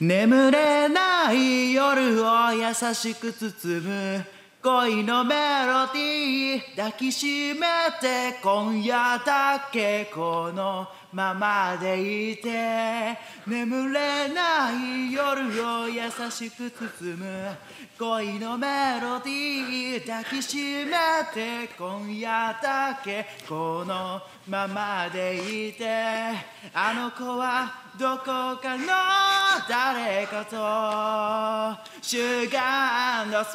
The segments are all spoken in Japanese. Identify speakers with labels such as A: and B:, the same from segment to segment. A: 眠れない夜を優しく包む恋のメロディー抱きしめて今夜だけこのままでいて眠れない夜を優しく包む恋のメロディー抱きしめて今夜だけこのままでいてあの子はどこかの誰かとシュガーのス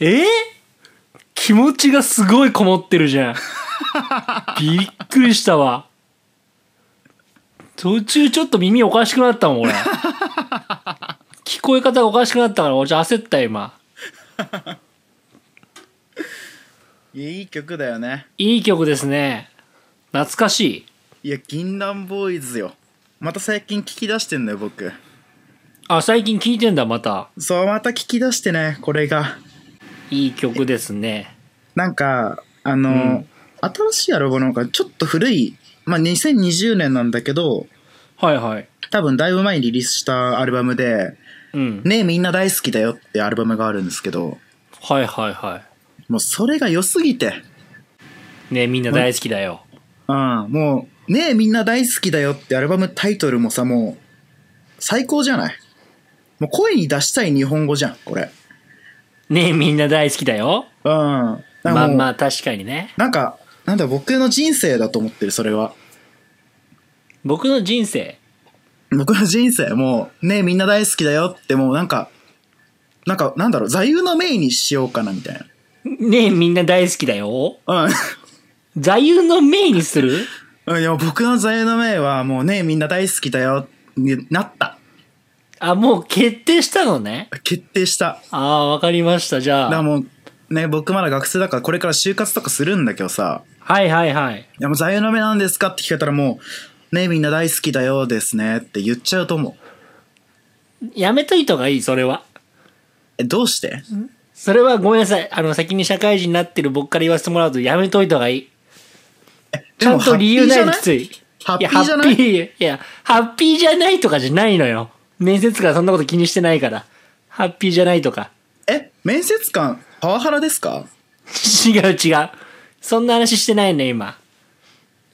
B: えー気持ちがすごいこもってるじゃん。 びっくりしたわ。途中ちょっと耳おかしくなったも ん、俺。聞こえ方がおかしくなったから、俺ちょっと焦ったよ今。
A: イエーイいい曲だよね
B: いい曲ですね。懐かしい。
A: いや銀杏ボーイズよまた最近聞き出してんだよ僕
B: あ、最近聞いてんだ、また。
A: そうまた聞き出してねこれが
B: いい曲ですね。
A: なんかあの、
B: ん
A: 新しいアルバムなんかちょっと古いまあ2020年なんだけど
B: はいはい。
A: 多分だいぶ前にリリースしたアルバムで
B: うん
A: 「ねえみんな大好きだよ」ってアルバムがあるんですけど
B: はいはいは
A: もうそれが良すぎて
B: い。ねみんな大好きだよ。
A: うん、もう、ねえみんな大好きだよってアルバムタイトルもさ、もう、最高じゃないもう声に出したい日本語じゃん、これ。
B: ねみんな大好きだよ。
A: うん。なんかもう
B: まあまあ確かにね。
A: なんか、なんだ、僕の人生だと思ってる、それは。
B: 僕の人生。
A: 僕の人生、もう、ねえみんな大好きだよって、もうなんか、なんか、なんだろう、座右の銘にしようかな、みたい
B: ねみんな大好きだよ。
A: な。
B: 座右の銘に する
A: うん。うん、いや、僕の座右の銘は、もう、ねえみんな大好きだよ、になった。
B: あ、もう決定したのね。
A: 決定した。
B: ああ、わかりました。じ
A: だから
B: ゃあ。
A: もう、ね、僕まだ学生だからこれから就活とかするんだけどさ、
B: はいはいはい。
A: いやもう座右の銘なんですかって聞かれたらもう、ね、みんな大好きだよですねって言っちゃうと思う。
B: やめといた方がいい、それは。
A: え、どうして
B: それはごめんなさい。あの、先に社会人になってる僕から言わせてもらうと、やめといた方がいい。ちゃんと理由ないときつい。
A: ハッピーじゃない
B: いや、ハッピー、いや、ハッピーじゃないとかじゃないのよ。面接官そんなこと気にしてないから。ハッピーじゃないとか。
A: え、面接官、パワハラですか
B: 違う違う。そんな話してないね、今。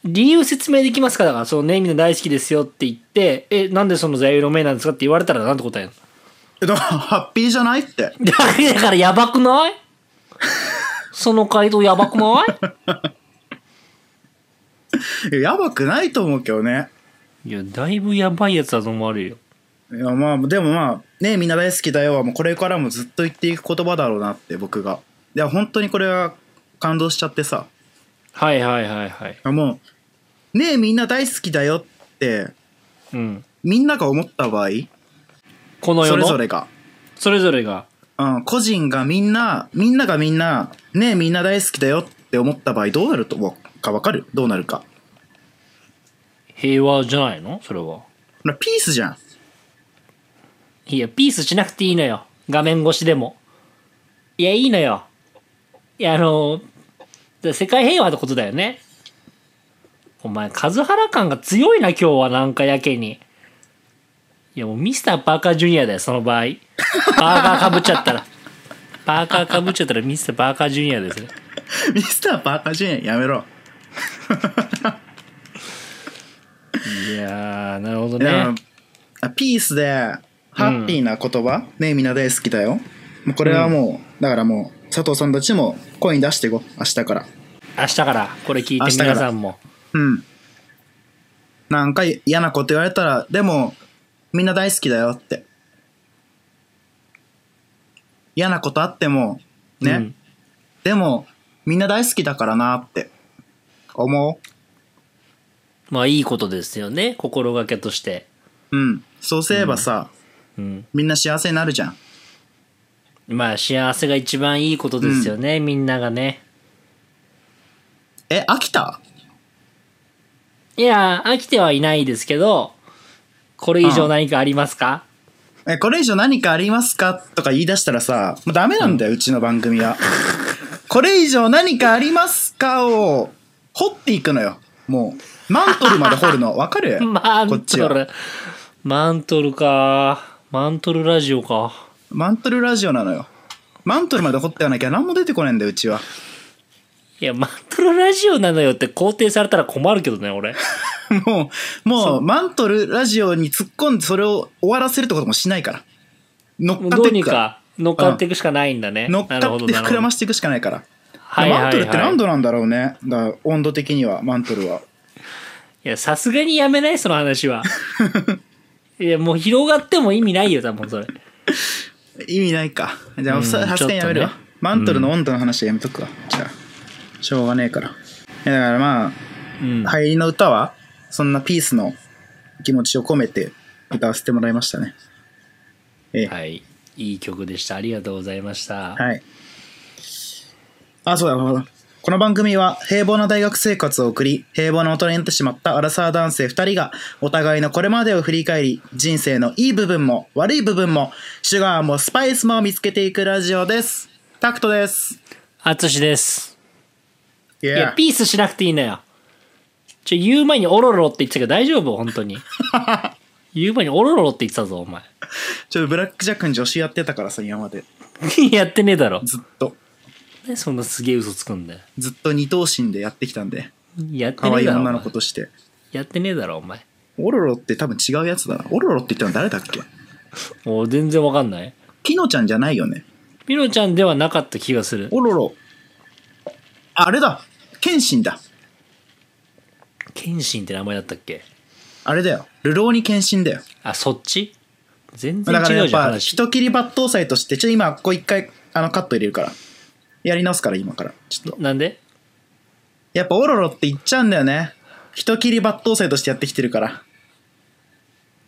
B: 理由説明できますかだから、そのね、みんな大好きですよって言って、え、なんでその座右の銘なんですかって言われたらなんて答えるの
A: え、だからハッピーじゃないって。
B: だからだからやばく ないその回答やばくない
A: いややばくないと思うけどね。
B: いや、だいぶやばいやつだと思われるよ。
A: いや、まあ、でもまあ、ね、みんな大好きだよはもうこれからもずっと言っていく言葉だろうなって僕が。いや、本当にこれは感動しちゃってさ。
B: はいはいはいはい。
A: もう、ねみんな大好きだよって、
B: うん。
A: みんなが思った場合、
B: この世
A: それ
B: の、
A: ぞれが。
B: それぞれが。
A: うん、個人がみんな、みんながみんな、ねえみんな大好きだよって思った場合どうなると思うかわかるどうなるか。
B: 平和じゃないのそれは。
A: ほらピースじゃん。
B: いや、ピースしなくていいのよ。画面越しでも。いや、いいのよ。いや、あの、だ世界平和ってことだよね。お前、カズハラ感が強いな、今日は、なんかやけに。いや、もうミスターパーカージュニアだよ、その場合。パーカーかぶっちゃった ら。パーカーかぶっちゃったらミスターパーカージュニアですね。
A: ミスターパーカージュニアやめろ。
B: いやー、なるほど
A: いや
B: ね。
A: あピースで、ハッピーな言葉、ねえみんな大好きだよ。もうこれはもう、だからもう、佐藤さんたちも声に出していこう。明日から。
B: 明日から、これ聞いて
A: 明日から
B: 皆さんも。
A: うん。なんか嫌なこと言われたら、でも、みんな大好きだよって。嫌なことあっても、ね。
B: うん
A: でも、みんな大好きだからなって、思
B: まあ、いいことですよね。心がけとして。
A: う。うん。そうすればさ、
B: うん。
A: みんな幸せになるじゃん。
B: まあ幸せが一番いいことですよね、みんながね。
A: え、飽きた
B: いや、飽きてはいないですけど、これ以上何かありますか、
A: え、これ以上何かありますかとか言い出したらさ、もうダメなんだよ、うちの番組は。これ以上何かありますかを掘っていくのよ。もう、マントルまで掘る の。わかる
B: マ
A: こ
B: ン
A: っち
B: ト
A: は。
B: ル。マントルか。マントルラジオか。
A: マントルラジオなのよ。マントルまで掘ってやらなきゃ何も出てこないんだよ、うちは。
B: いや、マントルラジオなのよって肯定されたら困るけど ね、俺。
A: もう、もう、マントルラジオに突っ込んでそれを終わらせるってこともしないから。乗っか
B: ど
A: っ
B: う
A: てい
B: に
A: くから。
B: か乗っかっていくしかないんだね。
A: 乗っか
B: なるほ
A: っ
B: ど
A: て
B: なるほ
A: 膨
B: ど
A: らましていくしかないから。
B: はいはいはい
A: マントルって何度なんだろうね。だから温度的には、マントルは。
B: いや、さすがにやめない、その 話は。いや、もう広がっても意味ないよ、多分それ。
A: 意味ないか。じゃ
B: う
A: あ、
B: ん
A: ささすがにやめるわ、
B: ちょっとね
A: マントルの温度の話はやめとくわ。じゃあ、しょうがねえから。いやだからまあ、
B: うん。
A: 入りの歌は、そんなピースの気持ちを込めて歌わせてもらいましたね。ええ。
B: はい。いい曲でした。ありがとうございました。
A: はい。あ、そうだそうだ、この番組は平凡な大学生活を送り、平凡な大人になってしまったアラサー男性2人が、お互いのこれまでを振り返り、人生のいい部分も悪い部分も、シュガーもスパイスも見つけていくラジオです。タクトです。
B: あつしです。
A: い
B: いや、ピースしなくていいのよ。ちょ、言う前にオロロって言ってたけど大丈夫本 当に。言う前にオロロって言ってたぞ、お前。
A: ちょっとブラックジャックに助手やってたからさ、今まで。
B: やってねえだろ。
A: ずっと、
B: なんでそんなすげえ嘘つくんだよ。
A: ずっと二等身でやってきたんで、
B: やって
A: 可
B: ねえ
A: 愛い
B: だろ。お
A: 女
B: 前
A: の子として。
B: やってねえだろ、お前。
A: オロロって多分違うやつだな。オロロって言ったの誰だっけ
B: もう全然わかんない。
A: ピノちゃんじゃないよね。
B: ピロちゃんではなかった気がする。
A: おろろ。ああれだ。謙信だ。
B: 謙信って名前だったっけ
A: あれだよ。流浪に謙信だよ。
B: あ、そっち全然
A: だから
B: 違
A: やっ
B: うじゃん、
A: ぱ、
B: 話。
A: 人切り抜刀斎として、ちょっと今、こう一回、あの、カット入れるから。やり直すから、今から。ちょっと。
B: なんで
A: やっぱ、おろろって言っちゃうんだよね。人切り抜刀斎としてやってきてるから。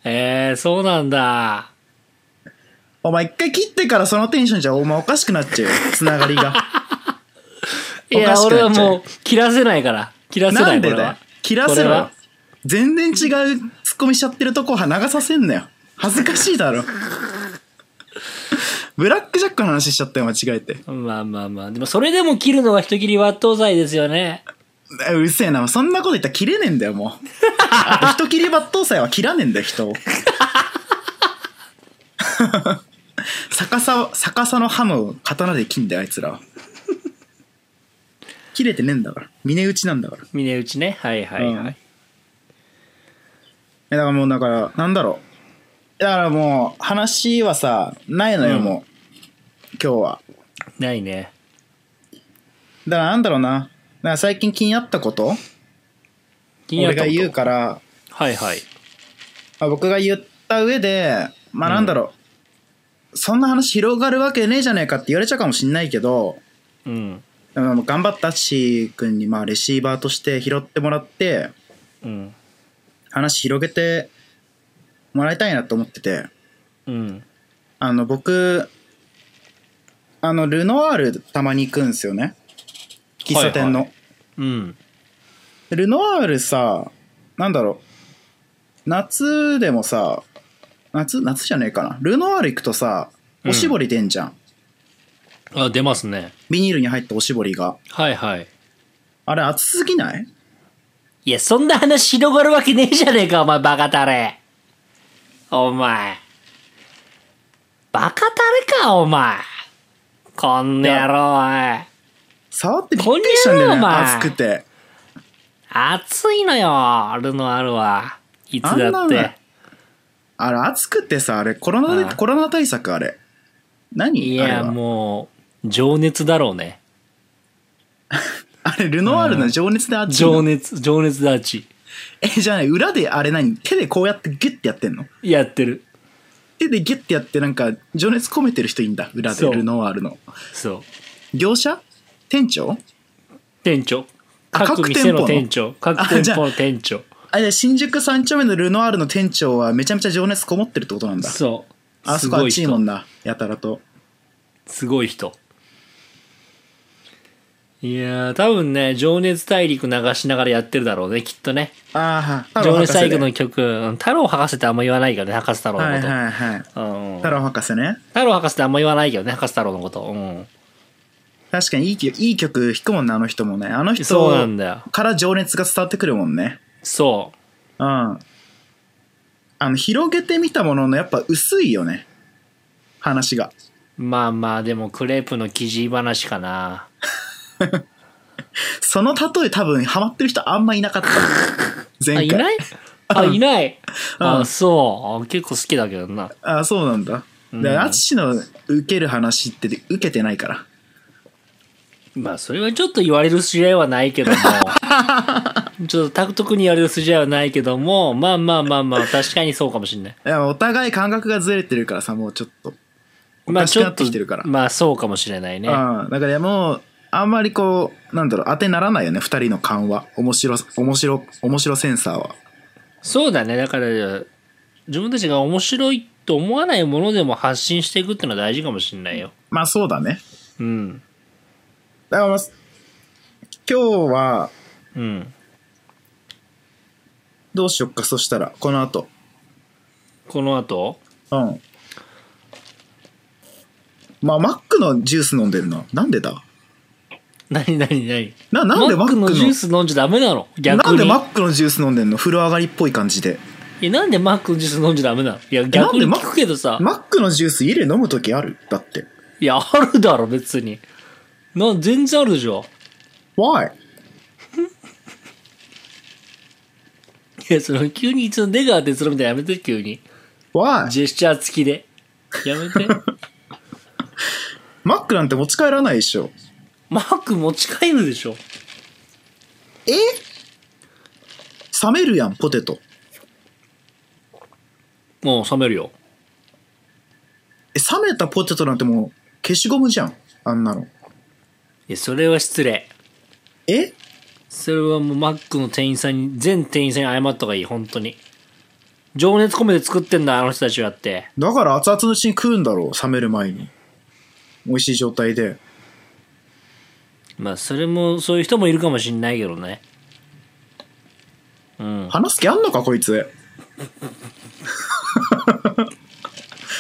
B: えー、そうなんだ。
A: お前、一回切ってからそのテンションじゃ、お前おかしくなっちゃうよ。 つながりが。
B: い
A: おか
B: や、
A: しく
B: 俺
A: な
B: は
A: っちゃうよ
B: もう、切らせないから。切らせな
A: ないんで
B: これ
A: だよ
B: は。
A: 切ら
B: こ
A: せ
B: れ
A: ろよ
B: は。
A: 全然違うツッコミしちゃってるとこは流させんなよ。恥ずかしいだろ。 ブラックジャックの話しちゃったよ、間違えて。
B: まあまあまあ。でも、それでも切るのは人切り抜刀罪ですよね。
A: うるせえな。そんなこと言ったら切れねえんだよ、もう。 あと人切り抜刀斎は切らねえんだよ、人を。 逆さを、逆さの刃の刀で切んだよ、あいつらは。切れてねえんだから。峰打ちなんだから。
B: 峰打ちね。はいはいはい。
A: えだからもうだからなんだろうだからもう話はさないのよ、
B: うん
A: もう今日は
B: ないね。
A: だからなんだろうなだから最近気になったこと
B: 気になったこと
A: 俺が言うから、
B: はいはい。
A: まあ、僕が言った上でまあなんだろう、そんな話広がるわけねえじゃねえかって言われちゃうかもしんないけど
B: うん。
A: でも頑張ったし君にまあレシーバーとして拾ってもらって
B: うん。
A: 話広げてもらいたいなと思ってて。
B: うん。
A: あの、僕、あの、ルノワールたまに行くんですよね。喫茶店の。
B: はうん。
A: ルノワールさ、なんだろう。夏でもさ、夏、夏じゃねえかな。ルノワール行くとさ、おしぼり出んじゃん。
B: あ、出ますね。
A: ビニールに入ったおしぼりが。
B: はいはい。
A: あれ、熱すぎない
B: いや、そんな話広がるわけねえじゃねえか、お前、バカタレ。お前。バカタレか、お前。こんな野郎、おい。
A: 触ってびっくりしたんだよ
B: こ
A: ね、
B: んにゃろお前
A: 熱くて。
B: 暑いのよ、あるのあるわ。いつ
A: あん
B: だ
A: な
B: っ
A: ん
B: て
A: だ。あれ、熱くてさ、あれ、コロナ
B: ああ
A: で、コロナ対策あれ。何
B: い
A: あれ
B: や、
A: は
B: もう、情熱だろうね。
A: あれ、ルノワールの情熱で熱いの
B: 情熱、情熱だち。
A: え、じゃあね、裏であれ何手でこうやってギュッてやってんの
B: やってる。
A: 手でギュッてやってなんか情熱込めてる人いんだ。裏で
B: そう
A: ルノワールの。
B: そう。
A: 業者店長
B: 店長。
A: あ
B: 各
A: 各
B: 店の
A: 店
B: 店
A: 舗
B: 長。各店
A: あじゃあ
B: 舗の店長。
A: あ、じゃあ新宿三丁目のルノワールの店長はめちゃめちゃ情熱こもってるってことなんだ。
B: そう。
A: あ
B: す
A: そこあ
B: ご
A: っ
B: い
A: ちいも
B: 人。
A: んな。やたらと。
B: すごい人。いやー、多分ね、情熱大陸流しながらやってるだろうね、きっとね。
A: ああ、
B: 情熱大陸
A: の
B: の曲、うん太郎博士ってあんま言わないけどね、博士太郎
A: は
B: の
A: い
B: こと。
A: はいはい。
B: うんうん
A: 太郎博士ね。
B: 太郎博士ってあんま言わないけどね、博士太郎のこと。うん。
A: 確かにいいきいい曲弾くもんね、あの人もね。あの
B: そうなん
A: 人
B: だよ。
A: から情熱が伝わってくるもんね。
B: そ
A: うん。あの、広げてみたものの、やっぱ薄いよね。話が。
B: う。まあまあ、でもクレープの記事話かな。
A: その例え多分、ハマってる人あんまいな かった。前
B: あ、
A: 回。
B: いないあ、いない。
A: う
B: あ、
A: ん
B: そう。あ結構好きだけどな。
A: あ、そうなんだ。で、淳の受ける話って受けてないから。
B: まあ、それはちょっと言われる筋合いはないけ ども。ちょっとタクト君に言われる筋合いはないけども、まあまあまあまあ、確かにそうかもしれない。
A: いや、お互い感覚がずれてるからさ、もうちょっと。
B: まあ
A: かし
B: ち
A: く
B: ょ
A: な
B: っ
A: って
B: と
A: きてるか、ら
B: まあそうかもしれないね。
A: うん。だからもう、あんまりこう、なんだろう、当てならないよね、二人の勘は。面白、面白、面白センサーは。
B: そうだね。だから、自分たちが面白いと思わないものでも発信していくってのは大事かもしれないよ。
A: まあそうだね。
B: うん。
A: だからまあ、今日は、
B: うん。
A: どうしよっか、そしたら、この後。
B: この後
A: うん。まあ、マックのジュース飲んでるな。なんでだ
B: 何何何
A: な、なんでマックの、
B: のジュース飲んじゃダメなの逆に。
A: なんでマックのジュース飲んでんの風呂上がりっぽい感じで。
B: えなんでマックのジュース飲んじゃダメなのいや、
A: なん
B: 逆
A: で
B: に
A: マ
B: 聞くけどさ。
A: マックのジュース家で飲むときあるだって。
B: いや、あるだろ、別に。な、全然あるでしょ。
A: Why?
B: いや、その、急にいつの出川哲郎みたいなのやめて、急に。
A: Why?
B: ジェスチャー付きで。や めて。
A: マックなんて持ち帰らないでしょ。
B: マック持ち帰るでしょ。
A: え冷めるやん、ポテト。
B: もう冷めるよ。
A: え、冷めたポテトなんてもう消しゴムじゃん。あんなの。
B: いや、それは失礼。
A: え
B: それはもうマックの店員さんに、全店員さんに謝った方がいい、本当に。情熱込めて作ってんだ、あの人たちはって。
A: だから熱々のうちに食うんだろう、冷める前に。美味しい状態で。
B: まあ、それも、そういう人もいるかもしんないけどね。うん。
A: 話す気あんのか、こいつ。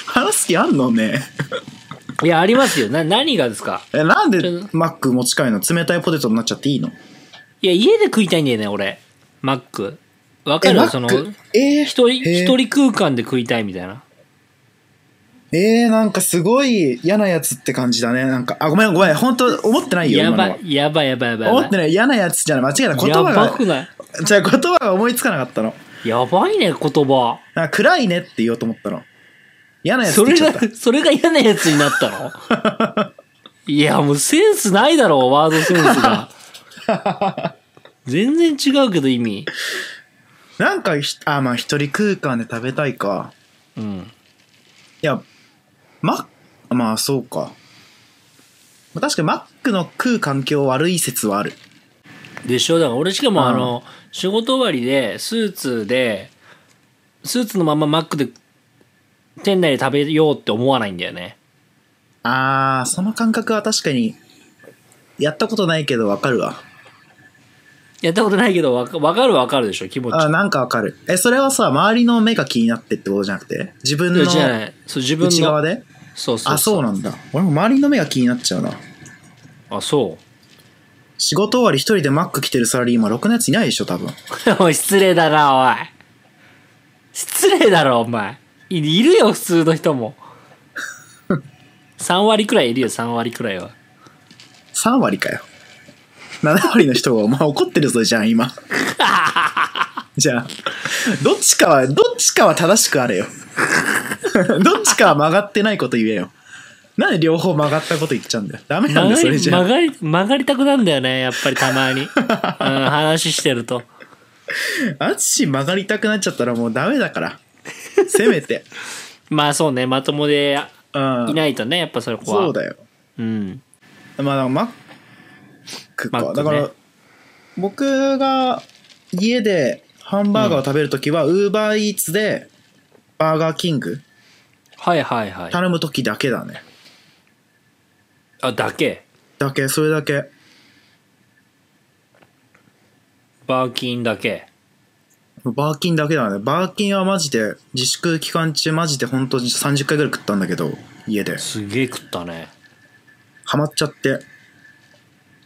A: 話す気あんのね。
B: いや、ありますよ。な、何がですか
A: え、なんで
B: ちょ
A: マック持ち帰るの冷たいポテトになっちゃっていいの
B: いや、家で食いたいんだよね、俺。マック。わか
A: え、マ
B: るその、
A: ック。えー、
B: 一人、
A: へー
B: 一人空間で食いたいみたいな。
A: えー、なんかすごい嫌なやつって感じだね。なんか、あ、ごめんごめん。本当思ってないよ、
B: や
A: 今の
B: ば、。
A: はい
B: やばいやばいやばいやばい。
A: 思ってない。嫌なやつじゃない。間違いない。言葉
B: やばくな
A: が。じゃあ言葉が思いつかなかったの。
B: やばいね、言葉。
A: なんか暗いねって言おうと思ったの。嫌なやつ
B: そ
A: って
B: れ
A: 言っちゃった。
B: が、それが嫌なやつになったの いや、もうセンスないだろう、ワードセンス が。全然違うけど、意味。
A: なんかひ、あ、まあ一人空間で食べたいか。
B: うん。
A: いや、マッまあそうか。まあ確かにマックの食う環境悪い説はある。
B: でしょだから俺しか
A: うん
B: も、あの、仕事終わりで、スーツで、スーツのままマックで、店内で食べようって思わないんだよね。
A: あー、その感覚は確かに、やったことないけどわかるわ。
B: やったことないけど、わかわかるわかるでしょ、気持ち。
A: あー、なんかわかる。え、それはさ、周りの目が気になってってことじゃなくて、自分
B: いや
A: の
B: じゃない。そう、自分の。
A: 内側で
B: そうそうそう。
A: あ、そうなんだ。俺も周りの目が気になっちゃうな。
B: あ、そう。
A: 仕事終わり一人でマック来てるサラリーマン、ろくなやついないでしょ、多分。
B: おい、失礼だな、おい。失礼だろ、お前。いいるよ、普通の人も。3割くらいいるよ、3割くらいは。
A: 3割かよ。7割の人が、お前怒ってるぞ、じゃん、 今。じゃあ、どっちかは、どっちかは正しくあれよ。 どっちかは曲がってないこと言えよ。なんで両方曲がったこと言っちゃうんだよ。ダメなんだよ、
B: 曲が
A: それ
B: り、
A: じゃ
B: 曲
A: あ。
B: がり、曲がりたくなんだよね、やっぱりたまに。うん、話してると。
A: あし曲がりたくなっちゃったらもうダメだから。せめて。
B: まあそうね、まともで
A: うん。
B: いないとね、やっぱそこは。
A: そうだよ。
B: うん。
A: まあ、マックか。
B: マック
A: だ
B: ね
A: から、僕が家でハンバーガーを食べるときは、ウーバーイーツでバーガーキング
B: はいはいはい。
A: 頼むときだけだね。
B: あ、だけ。
A: だけ、それだけ。
B: バーキンだけ。
A: バーキンだけだね。バーキンはマジで、自粛期間中マジで本当に30回ぐらい食ったんだけど、家です
B: げえ食ったね。
A: ハマっちゃって。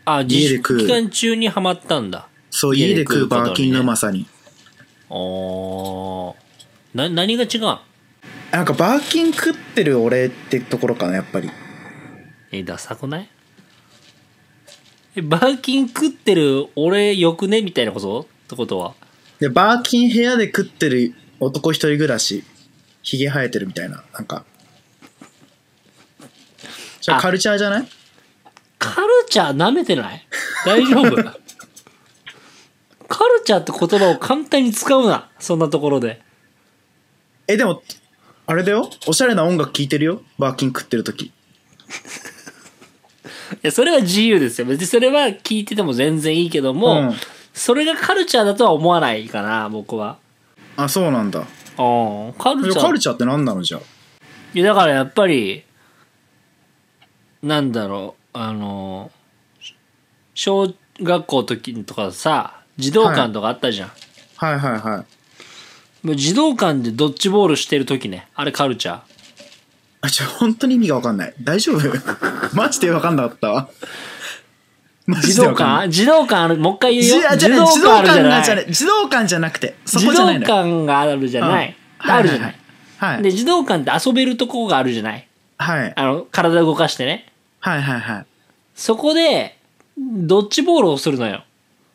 B: あ、自
A: 家で食う
B: 粛期間中にはまったんだ。
A: そう、家で食うバーキンのうまさに。
B: おー。な、何が違うん
A: なんかバーキン食ってる俺ってところかな、やっぱり。
B: え、ダサくないえ、バーキン食ってる俺よくねみたいなことってことは。
A: で、バーキン部屋で食ってる男一人暮らし、ヒゲ生えてるみたいな、なんか。じゃあ
B: あ
A: カルチャーじゃない
B: カルチャー舐めてない大 丈夫カルチャーって言葉を簡単に使うな。そんなところで。
A: え、でも、あれだよおしゃれな音楽聴いてるよバーキン食ってる時。
B: いや、それは自由ですよ。別にそれは聞いてても全然いいけども、
A: うん
B: それがカルチャーだとは思わないかな、僕は。
A: あ、そうなんだ。
B: うん。カルチャー。
A: カルチャーって何なのじゃあ。
B: いや、だからやっぱり、なんだろう、あの、小学校の時とかさ、児童館とかあったじゃん。
A: はいはいはい。
B: もう児童館でドッジボールしてる時ね、あれカルチャー。
A: あ、ちょ、本当に意味がわかんない。大丈夫 マジでわかんなかったわ。マ
B: 児
A: ジ
B: 童
A: でわかんない。
B: 館児童館ある、もう一回言う
A: じ
B: よ。
A: あじ
B: 児
A: ゃあね
B: 童
A: 児童
B: 館あるじゃ
A: 館がじゃ
B: な
A: ね
B: い。
A: 児童館じゃなくて、そ
B: 児
A: こじ
B: 童
A: ゃないのよ。
B: 館があるじゃない。
A: うん
B: あるじゃない。
A: はい
B: で、。児童館って遊べるとこがあるじゃない。
A: はい。
B: あの、体動かしてね。
A: はいはいはい。
B: そこで、ドッジボールをするのよ。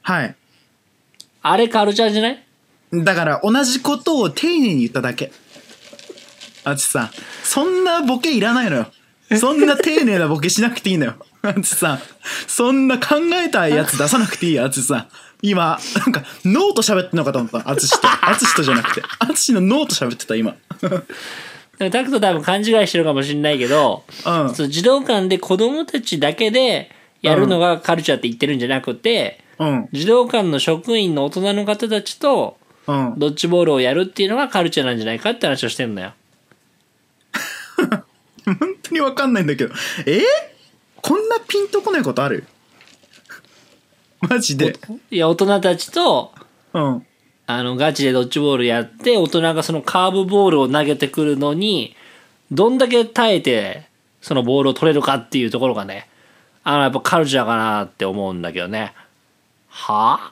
A: はい。
B: あれカルチャーじゃない
A: だから、同じことを丁寧に言っただけ。あちさん、そんなボケいらないのよ。そんな丁寧なボケしなくていいのよ。あちさん、そんな考えたやつ出さなくていいよ、あちさん。今、なんか、ノート喋ってんのかと思った。あつしと。あつしとじゃなくて。あつしのノート喋ってた、今。
B: でもタクト多分勘違いしてるかもしれないけど、
A: うん
B: そう児童館で子供たちだけでやるのがカルチャーって言ってるんじゃなくて、
A: うん。
B: 児童館の職員の大人の方たちと
A: うん。
B: ドッジボールをやるっていうのがカルチャーなんじゃないかって話をしてんのよ。
A: 本当にわかんないんだけど。えーこんなピンとこないことあるマジで。
B: いや、大人たちと、
A: うん。
B: あの、ガチでドッジボールやって、大人がそのカーブボールを投げてくるのに、どんだけ耐えて、そのボールを取れるかっていうところがね、あの、やっぱカルチャーかなって思うんだけどね。はぁ、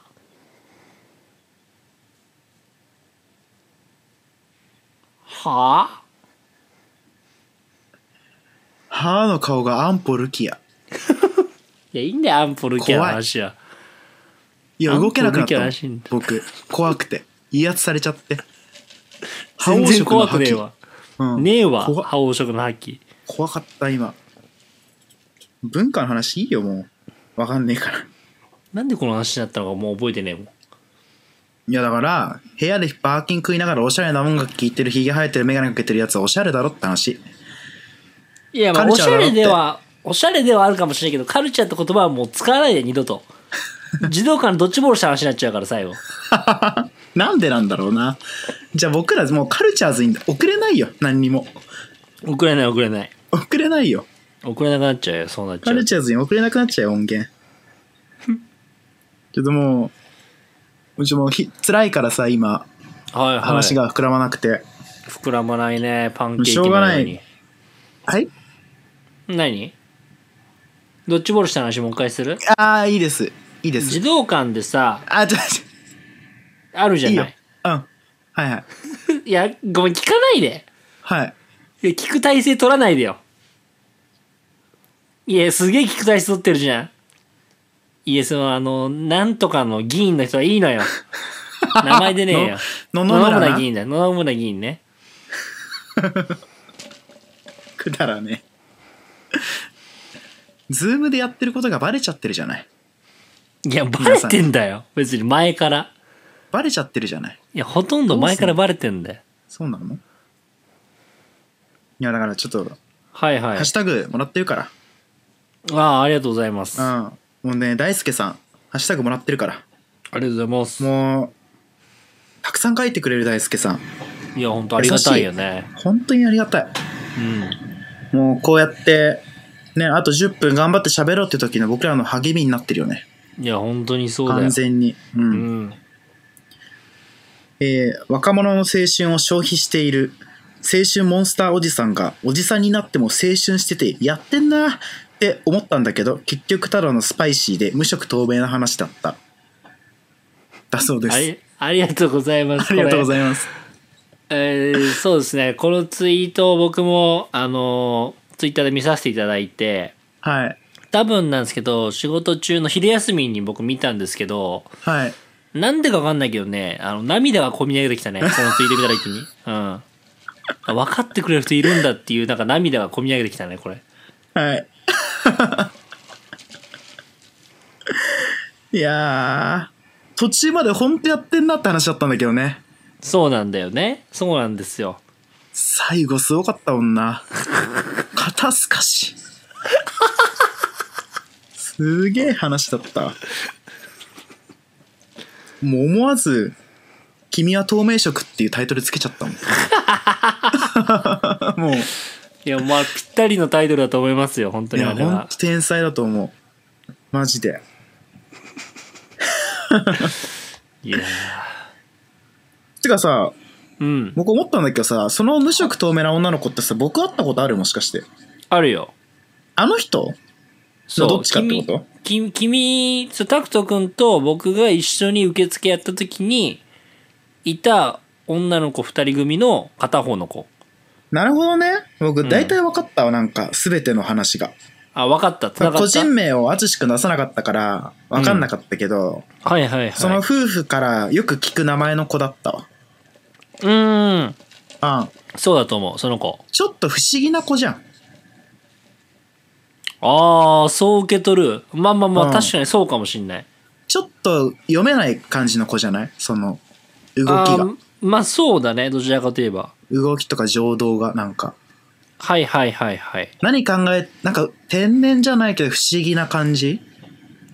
B: はぁ、
A: 母の顔がアンポルキア。
B: いや、いいんだよ、アンポルキャの話は。
A: いや、
B: アンポ
A: 動けなくなったもん
B: ルキアらしいんだ
A: 僕、怖くて。威圧されちゃ って。
B: 全然怖くねえ
A: 覇王
B: わ。
A: 色の覇気。うん、
B: ねえわ、
A: 怖
B: 覇王色の覇気。
A: 怖かった、今。文化の話いいよ、もう。わかんねえから。
B: なんでこの話になったのかもう覚えてねえもん。
A: いや、だから、部屋でバーキン食いながらおしゃれな音楽聴いてる、ヒゲ生えてる、メガネかけてるやつはおしゃれだろって話。
B: いや、まあ、
A: カル
B: お
A: チ
B: し
A: ャーだ
B: ゃ
A: ろって
B: れでは、おしゃれではあるかもしれないけど、カルチャーって言葉はもう使わないで、二度 と。児童館のドッジボールした話になっちゃうから、最後。
A: なんでなんだろうな。じゃあ僕らもうカルチャーズに遅れないよ、何にも。
B: 送れない、送れない。
A: 遅れないよ。
B: 送れなくなっちゃうよ、そうなっち
A: カ
B: ゃう
A: ル。チャーズに送れなくなっちゃうよ、音源。 ちょっともう、うちもうひ辛いからさ、今、
B: はい、はい。
A: 話。が膨らまなくて。はい、
B: 膨らまないね、パンケーキ
A: しょうがない
B: のように。何ドッジボールした話もう一回する
A: ああ、いいです。いいです
B: 児。童館でさ、
A: あ、ちょ、ち
B: あるじ
A: ょ、
B: ゃ
A: いいよ
B: な。
A: うん。はいはい。
B: い。いや、ごめん、聞かないで。
A: はい。
B: いや、聞く体勢取らないでよ。いや、すげえ聞く体勢取ってるじゃん。いや、その、あの、なんとかの議員の人はいいの よ。名前でねえよ。
A: の野々村な
B: 議員だ。野々村議員ね。
A: くだらねえ。ズームでやってることがバレちゃってるじゃない。
B: いや、バレてんだよ。別に前から。
A: バレちゃってるじゃない。
B: いや、ほとんど前からバレてんだよ。
A: そうなのいや、だからちょっと、
B: はいはい。
A: ハッシュタグもらってるから。
B: ああ、ありがとうございます。あ
A: うん。もうね、大輔さん、ハッシュタグもらってるから。
B: りがとうございます。
A: もう、たくさん書いてくれる大輔さん。
B: いや、本当ありがたいよね。
A: 本当にありがたい。
B: うん。
A: もうこうやって、ね、あと10分頑張って喋ろうって時の僕らの励みになってるよね。
B: いや、本当にそうだよ。
A: 完全に。うん。
B: うん。
A: えー若者の青春を消費している青春モンスターおじさんがおじさんになっても青春しててやってんなっって思ったんだけど結局ただのスパイシーで無色透明な話だっただそうです
B: ありありがとうございます。
A: ありがとうご
B: い
A: ざいます
B: えーそうですね。このツイートを僕も、あの、ツイッターで見させていただいて、
A: はい
B: 多分なんですけど、仕事中の昼休みに僕見たんですけど、
A: はい
B: なんでかわかんないけどね、あの、涙がこみ上げてきたね、このツイート見た時に。うん。あ分かってくれる人いるんだっていう、なんか涙がこみ上げてきたね、これ。
A: はいいやー途中まで本当やってんなって話だったんだけどね
B: そうなんだよね。そうなんですよ。
A: 最後すごかったもんな肩透かしすげえ話だったもう思わず「君は透明色」っていうタイトルつけちゃった もんもう
B: いや、まあ、ぴったりのタイトルだと思いますよ、本当
A: い
B: に
A: や
B: あれ
A: ほん
B: は。
A: と天才だと思うマジで
B: いやー
A: てかさ
B: うん。
A: 僕思ったんだけどさその無色透明な女の子ってさ僕会ったことあるもしかして
B: あるよ。
A: あの人
B: そう。
A: どっちかってこと
B: 君、君、そう、タクト君と僕が一緒に受付やった時に、いた女の子二人組の片方の子。
A: なるほどね僕
B: ん
A: 大体分かったわ、なんか全ての話が
B: あ、分かった、繋がった。
A: 個人名を淳君出さなかったから分かんなかったけど、
B: はいはいはい。
A: その
B: う
A: 夫婦からよく聞く名前の子だったわ
B: ーん。
A: あ
B: そうだと思う、その子。
A: ちょっと不思議な子じゃん
B: ああ、そう受け取る。まあまあまあ、
A: うん
B: 確かにそうかもしんない。
A: ちょっと読めない感じの子じゃないその動き
B: あ
A: が
B: ーまあそうだね、どちらかといえば。
A: 動きとか情動がなんか
B: はいはいはいはい。
A: 何考えなんか天然じゃないけど不思議な感じ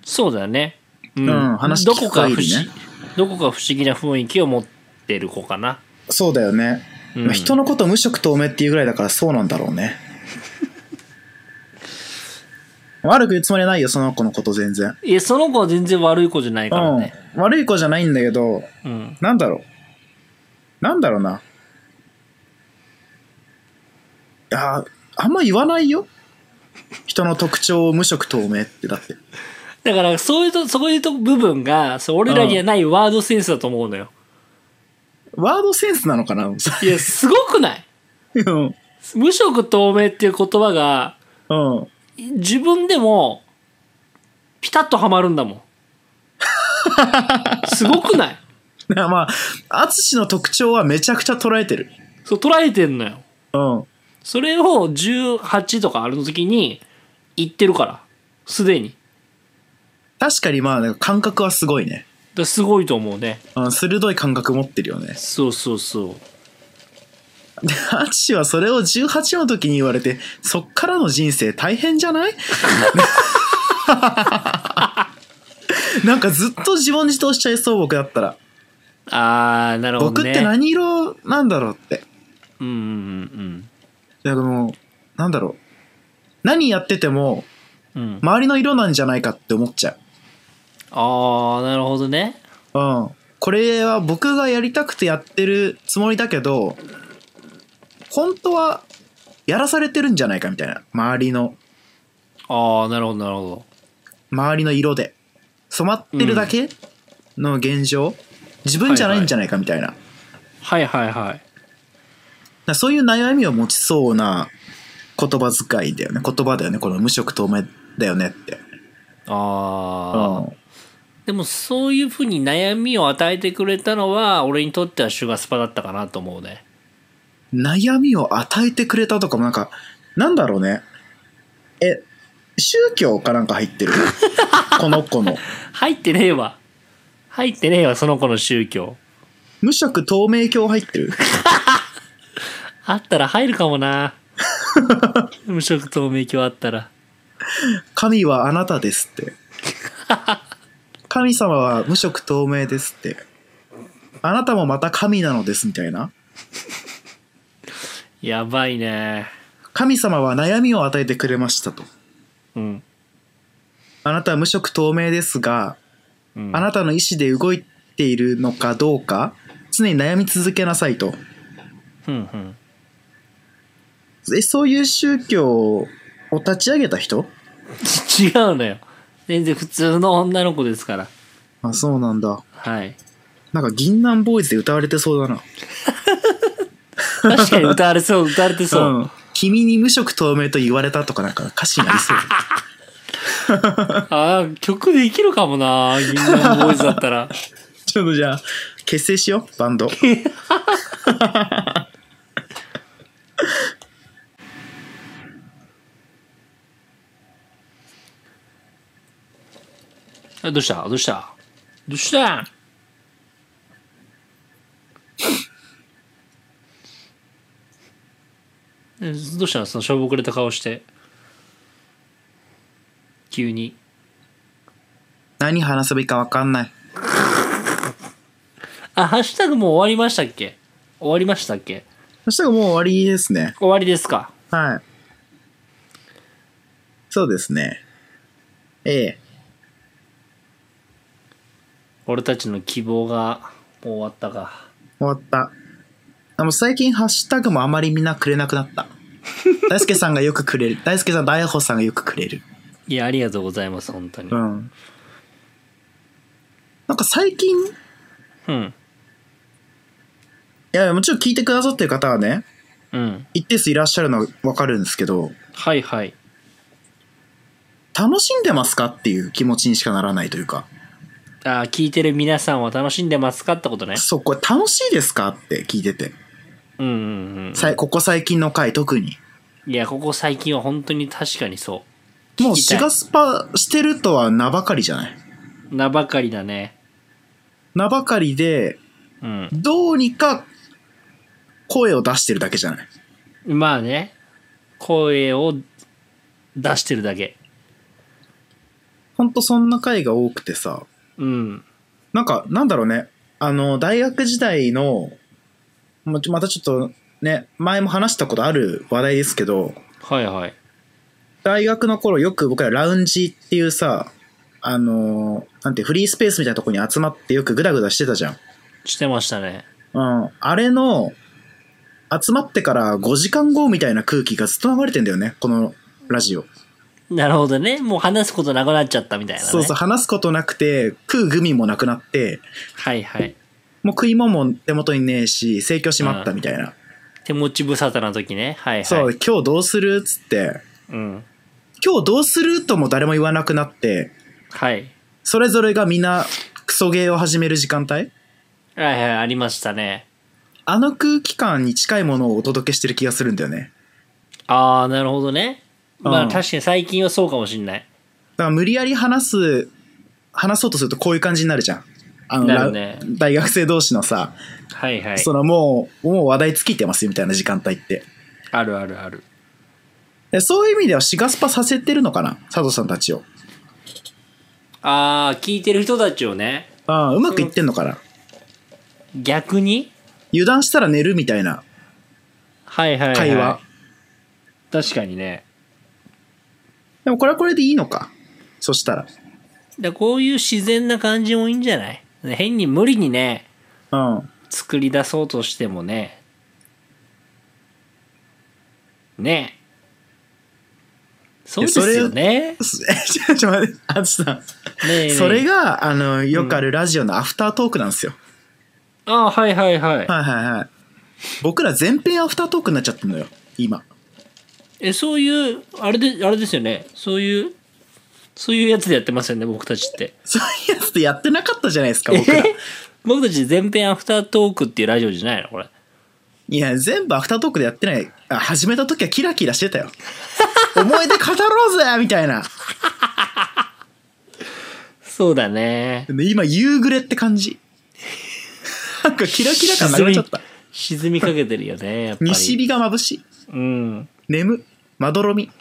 B: そうだね。う
A: うん話聞く限りね
B: どこか不思どこか不思議な雰囲気を持ってる子かな。
A: そうだよね、
B: うん
A: まあ人のこと無色透明っていうぐらいだからそうなんだろうね 悪く言うつもりはないよその子のこと全然
B: いや、その子は全然悪い子じゃないからね。
A: うん、悪い子じゃないんだけど
B: うん。
A: なんだろうなんだろうないやーあんま言わないよ人の特徴を無色透明ってだって
B: だから、そういうと、そういうと部分が、そう俺らにはないワードセンスだと思うのよ。
A: ワードセンスなのかな
B: いや、すごくない
A: うん
B: 無色透明っていう言葉が、
A: うん
B: 自分でも、ピタッとはまるんだも ん。すごくない
A: だからまあ淳の特徴はめちゃくちゃ捉えてる
B: そう、捉えてんのよ。
A: うん
B: それを18とかある時に言ってるから。すでに。だか
A: 確かにまあなんか感覚はすごいね、
B: らすごいと思うね。
A: うん、鋭い感覚持ってるよね
B: そうそうそう。
A: で淳はそれを18の時に言われてそっからの人生大変じゃない なんかずっと自問自答しちゃいそう僕だったら、
B: あー、なるほど
A: 僕
B: ね。
A: って何色なんだろうって
B: うんうん
A: だからもうなんだろう何やってても
B: うんうん。うん、
A: 周りの色なんじゃないかって思っちゃ
B: あー、なるほどね。
A: ううんこれは僕がやりたくてやってるつもりだけど本当はやらされてるんじゃないかみたいな周りの
B: あー、なるほどなるほ
A: 周りの色で染まってるだけの現状、自分じゃないんじゃないかみたいな,、
B: ど。はいはいはい。
A: そういう悩みを持ちそうな言葉遣いだよね言葉だよねこの無色透明だよねって、
B: あー。
A: うん
B: でもそういうふうに悩みを与えてくれたのは、俺にとってはシュガースパだったかなと思うね。
A: 悩みを与えてくれたとかもなんかなんだろうねえ宗教かなんか入ってる この子の
B: 入ってねえわ。入ってねえわ、その子の宗教。
A: 無色透明教入ってる
B: あったら入るか もな。無色透明鏡あったら。
A: 神はあなたですって 神様は無色透明ですってあなたもまた神なのですみたいな
B: やばいね。
A: 神様は悩みを与えてくれましたと
B: うん。
A: あなたは無色透明ですが、
B: うん
A: あなたの意思で動いているのかどうか常に悩み続けなさいと
B: うんうん。
A: えそういう宗教を立ち上げた人
B: 違うのよ。全然普通の女の子ですから。
A: あ、そうなんだ。
B: はい。
A: なんか、銀杏ボーイズで歌われてそうだな。
B: 確かに歌われそう、歌われてそう。
A: ん。君に無色透明と言われたとかなんか歌詞になりそう。
B: ああ、曲できるかもな、銀河ボーイズだったら。
A: ちょっとじゃあ、結成しよう、 バンド。
B: あどうしたどうしたどうしたえどうしたのそのしょぼくれた顔して急に
A: 何話せばいいかわかんない。
B: あハッシュタグもう終わりましたっけ終わりましたっけ
A: そしたらもう終わりですね。
B: 終わりですか
A: はい。そうですね。ええ。
B: 俺たちの希望がもう終わったか
A: 終わった。でも最近ハッシュタグもあまりみんなくれなくな った。大輔さんがよくくれる。大輔さんとあやほさんがよくくれる。
B: いやありがとうございます本当に
A: うん。なんか最近、い
B: うん
A: や、もちろん聞いてくださってる方はね、
B: うん
A: 一定数いらっしゃるのはわかるんですけど、
B: はいはい
A: 楽しんでますかっていう気持ちにしかならないというか、
B: あ聞いてる皆さんは楽しんでますかってことね
A: そう、これ楽しいですかって聞いてて、
B: うんうんうん
A: さいここ最近の回特に。
B: いや、ここ最近は本当に確かにそ
A: もう
B: 聞きたい
A: シガスパしてるとは名ばかりじゃない。
B: う。名ばかりだね。
A: 名ばかりで、
B: うん。
A: どうにか声を出してるだけじゃない。
B: まあね、声を出してるだけ。
A: ほんとそんな回が多くてさ、
B: うん。
A: なんか、なんだろうね、あの、大学時代の、ままたちょっとね、前も話したことある話題ですけど、
B: はいはい。
A: 大学の頃よく僕らラウンジっていうさ、あの、なんてフリースペースみたいなとこに集まってよくグダグダしてたじゃん。
B: してましたね。
A: うん。あれの、集まってから5時間後みたいな空気がずっと流れてんだよね、このラジオ。
B: なるほどね。もう話すことなくなっちゃったみたいなね。
A: そうそう、話すことなくて、食うグミもなくなって、
B: はいはい。
A: もう食い物も手元にねえし、請求しまったみたいな。
B: 手持ち無沙汰な時ね。はいはい。
A: そう、今日どうするっつって、
B: うん。
A: 今日どうするとも誰も言わなくなって、
B: はい。
A: それぞれがみんなクソゲーを始める時間帯
B: はいはい、ありましたね。
A: あの空気感に近いものをお届けしてる気がするんだよね。
B: ああ、なるほどね。ま
A: う
B: あ
A: ん
B: 確かに最近はそうかもしんない。
A: だから無理やり話す、話そうとするとこういう感じになるじゃん。あの、
B: なるね
A: ラ大学生同士のさ、
B: はいはい。
A: そのもう、もう話題尽きてますよみたいな時間帯って。
B: あるあるある。
A: でそういう意味ではシガスパさせてるのかな佐藤さんたちを。
B: ああ、聞いてる人たちをね、
A: ああ、うまくいってんのかな
B: 逆に
A: 油断したら寝るみたいな
B: はいはい、はい。
A: 会話。
B: 確かにね。
A: でもこれはこれでいいのか。そしたら。
B: だこういう自然な感じもいいんじゃない変に無理にね、
A: うん。
B: 作り出そうとしてもね。ねそうですよね。
A: す え、ちょ、ちょ、待って、あつさん。
B: ねえ
A: それ
B: ね
A: が、あの、よくあるラジオのアフタートークなんですよ。
B: えああ、はいはいはい。
A: はいはいはい。僕ら全編アフタートークになっちゃってるのよ、今。
B: え、そういう、あれで、あれですよね。そういう、そういうやつでやってますよね、僕たちって。
A: そういうやつってやってなかったじゃないですか、僕ら。
B: 僕たち全編アフタートークっていうラジオじゃないのこれ。
A: いや、全部アフタートークでやってない。あ始めた時はキラキラしてたよ。思い出語ろうぜみたいな。
B: そうだね。
A: で今、夕暮れって感じ。なんかキラキラ感なくなっちゃった。
B: 沈み沈みかけてるよね、やっぱり。
A: 西日が眩しい。
B: うん。
A: 眠、まどろみ。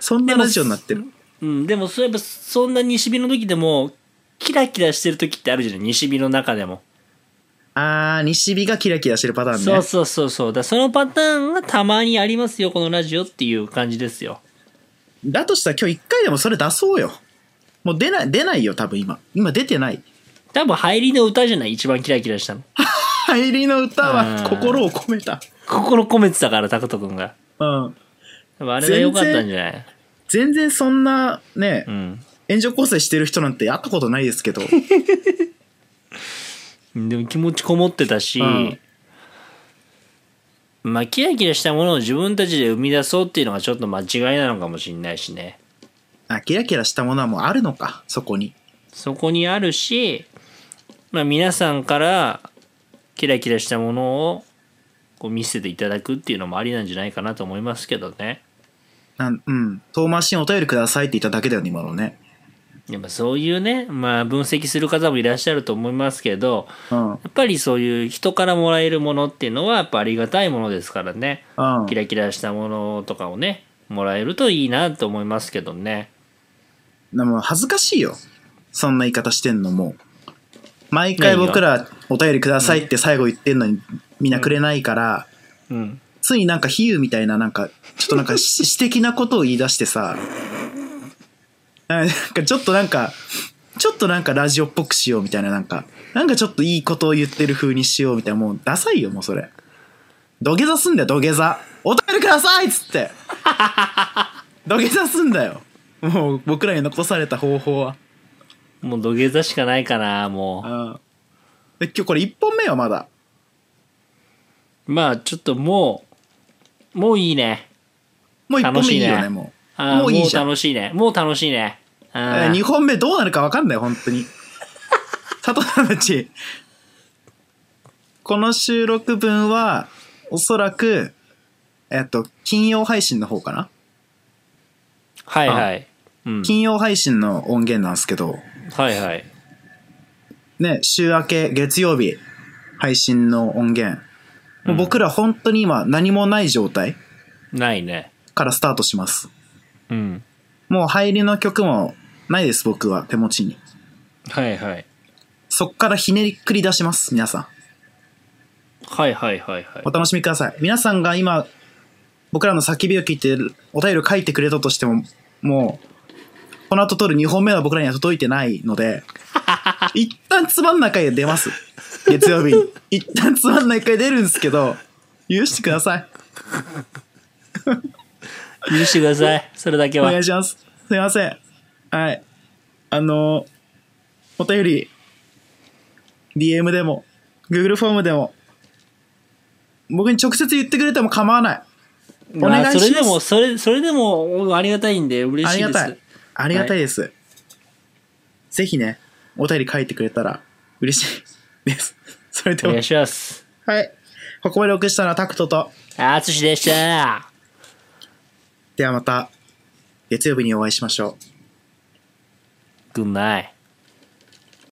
A: そんなラジオになってる。
B: うん、でもそういえば、そんな西日の時でも、キラキラしてる時ってあるじゃない西日の中でも。
A: あー、西日がキラキラしてるパターンね。
B: そうそうそうそう。だからそのパターンがたまにありますよ、このラジオっていう感じですよ。
A: だとしたら今日一回でもそれ出そうよ。もう出ない、出ないよ、多分今。今出てない。
B: 多分、入りの歌じゃない一番キラキラしたの。
A: 入りの歌
B: う
A: は
B: ん
A: 心を込めた。
B: 心込めてたから、タクト君が。
A: うん。
B: 多分あれが良かったんじゃない
A: 全然そんなね、
B: うん。
A: 援助構成してる人なんて会ったことないです けど
B: でも気持ちこもってたし、
A: うん
B: まあキラキラしたものを自分たちで生み出そうっていうのがちょっと間違いなのかもしれないしね
A: あキラキラしたものはもうあるのかそこに
B: そこにあるし、まあ、皆さんからキラキラしたものをこう見せていただくっていうのもありなんじゃないかなと思いますけどね
A: なんうん遠回しにお便りくださいって言っただけだよね今のね
B: やっぱそういうね、まあ、分析する方もいらっしゃると思いますけど
A: うんうん
B: やっぱりそういう人からもらえるものっていうのはやっぱありがたいものですからねキラキラしたものとかをねもらえるといいなと思いますけどね
A: でも恥ずかしいよそんな言い方してんのもう毎回僕らお便りくださいって最後言ってんのにみんなくれないから、
B: うん
A: ついなんか比喩みたいななんかちょっとなんかし 私的なことを言い出してさなんかちょっとなんかちょっとなんかラジオっぽくしようみたいななんかなんかちょっといいことを言ってる風にしようみたいなもうダサいよもうそれ土下座すんだよ土下座お便りくださいっつって 土下座すんだよもう僕らに残された方法は
B: もう土下座しかないかなもう
A: うんで今日これ1本目よまだ
B: まあちょっともうもういいね
A: もう1本目いいよ
B: 楽しい
A: ね
B: ね
A: もう
B: あー
A: もういいじゃん
B: もう楽しいねもう楽しいねあー
A: 2本目どうなるか分かんない本 当に里さんたちこの収録分はおそらくえっと金曜配信の方かな、
B: はいはい、うん、
A: 金曜配信の音源なんですけど
B: はいはい
A: ね週明け月曜日配信の音源もう僕ら本当に今何もない状態
B: ないね
A: からスタートします
B: うん
A: もう入りの曲もないです僕は手持ちに
B: はいはい
A: そっからひねりくり出します皆さん
B: はいはいはいはい
A: お楽しみください。皆さんが今、僕らの叫びを聞いて、お便りを書いてくれたとしても、もう、この後撮る2本目は僕らには届いてないので、一旦つまんない回で出ます。月曜日に。一旦つまんない回出るんですけど、許してください。
B: 許してくださいそれだけ
A: お
B: は
A: 願いします。すいません。はい。あの、お便り、DM でも、Google フォームでも、僕に直接言ってくれても構わない。お願いします
B: あそれでもそれそれでもありがたいんで嬉
A: あ
B: し
A: りが
B: いです
A: たい。ありがたいです。ぜひね、お便り書いてくれたら嬉しいです。 それで
B: お
A: は
B: 願い、します
A: はい。ここまでお送りしたのはタクトと、
B: あつしでした
A: ではまた、月曜日にお会いしましょう。
B: Good night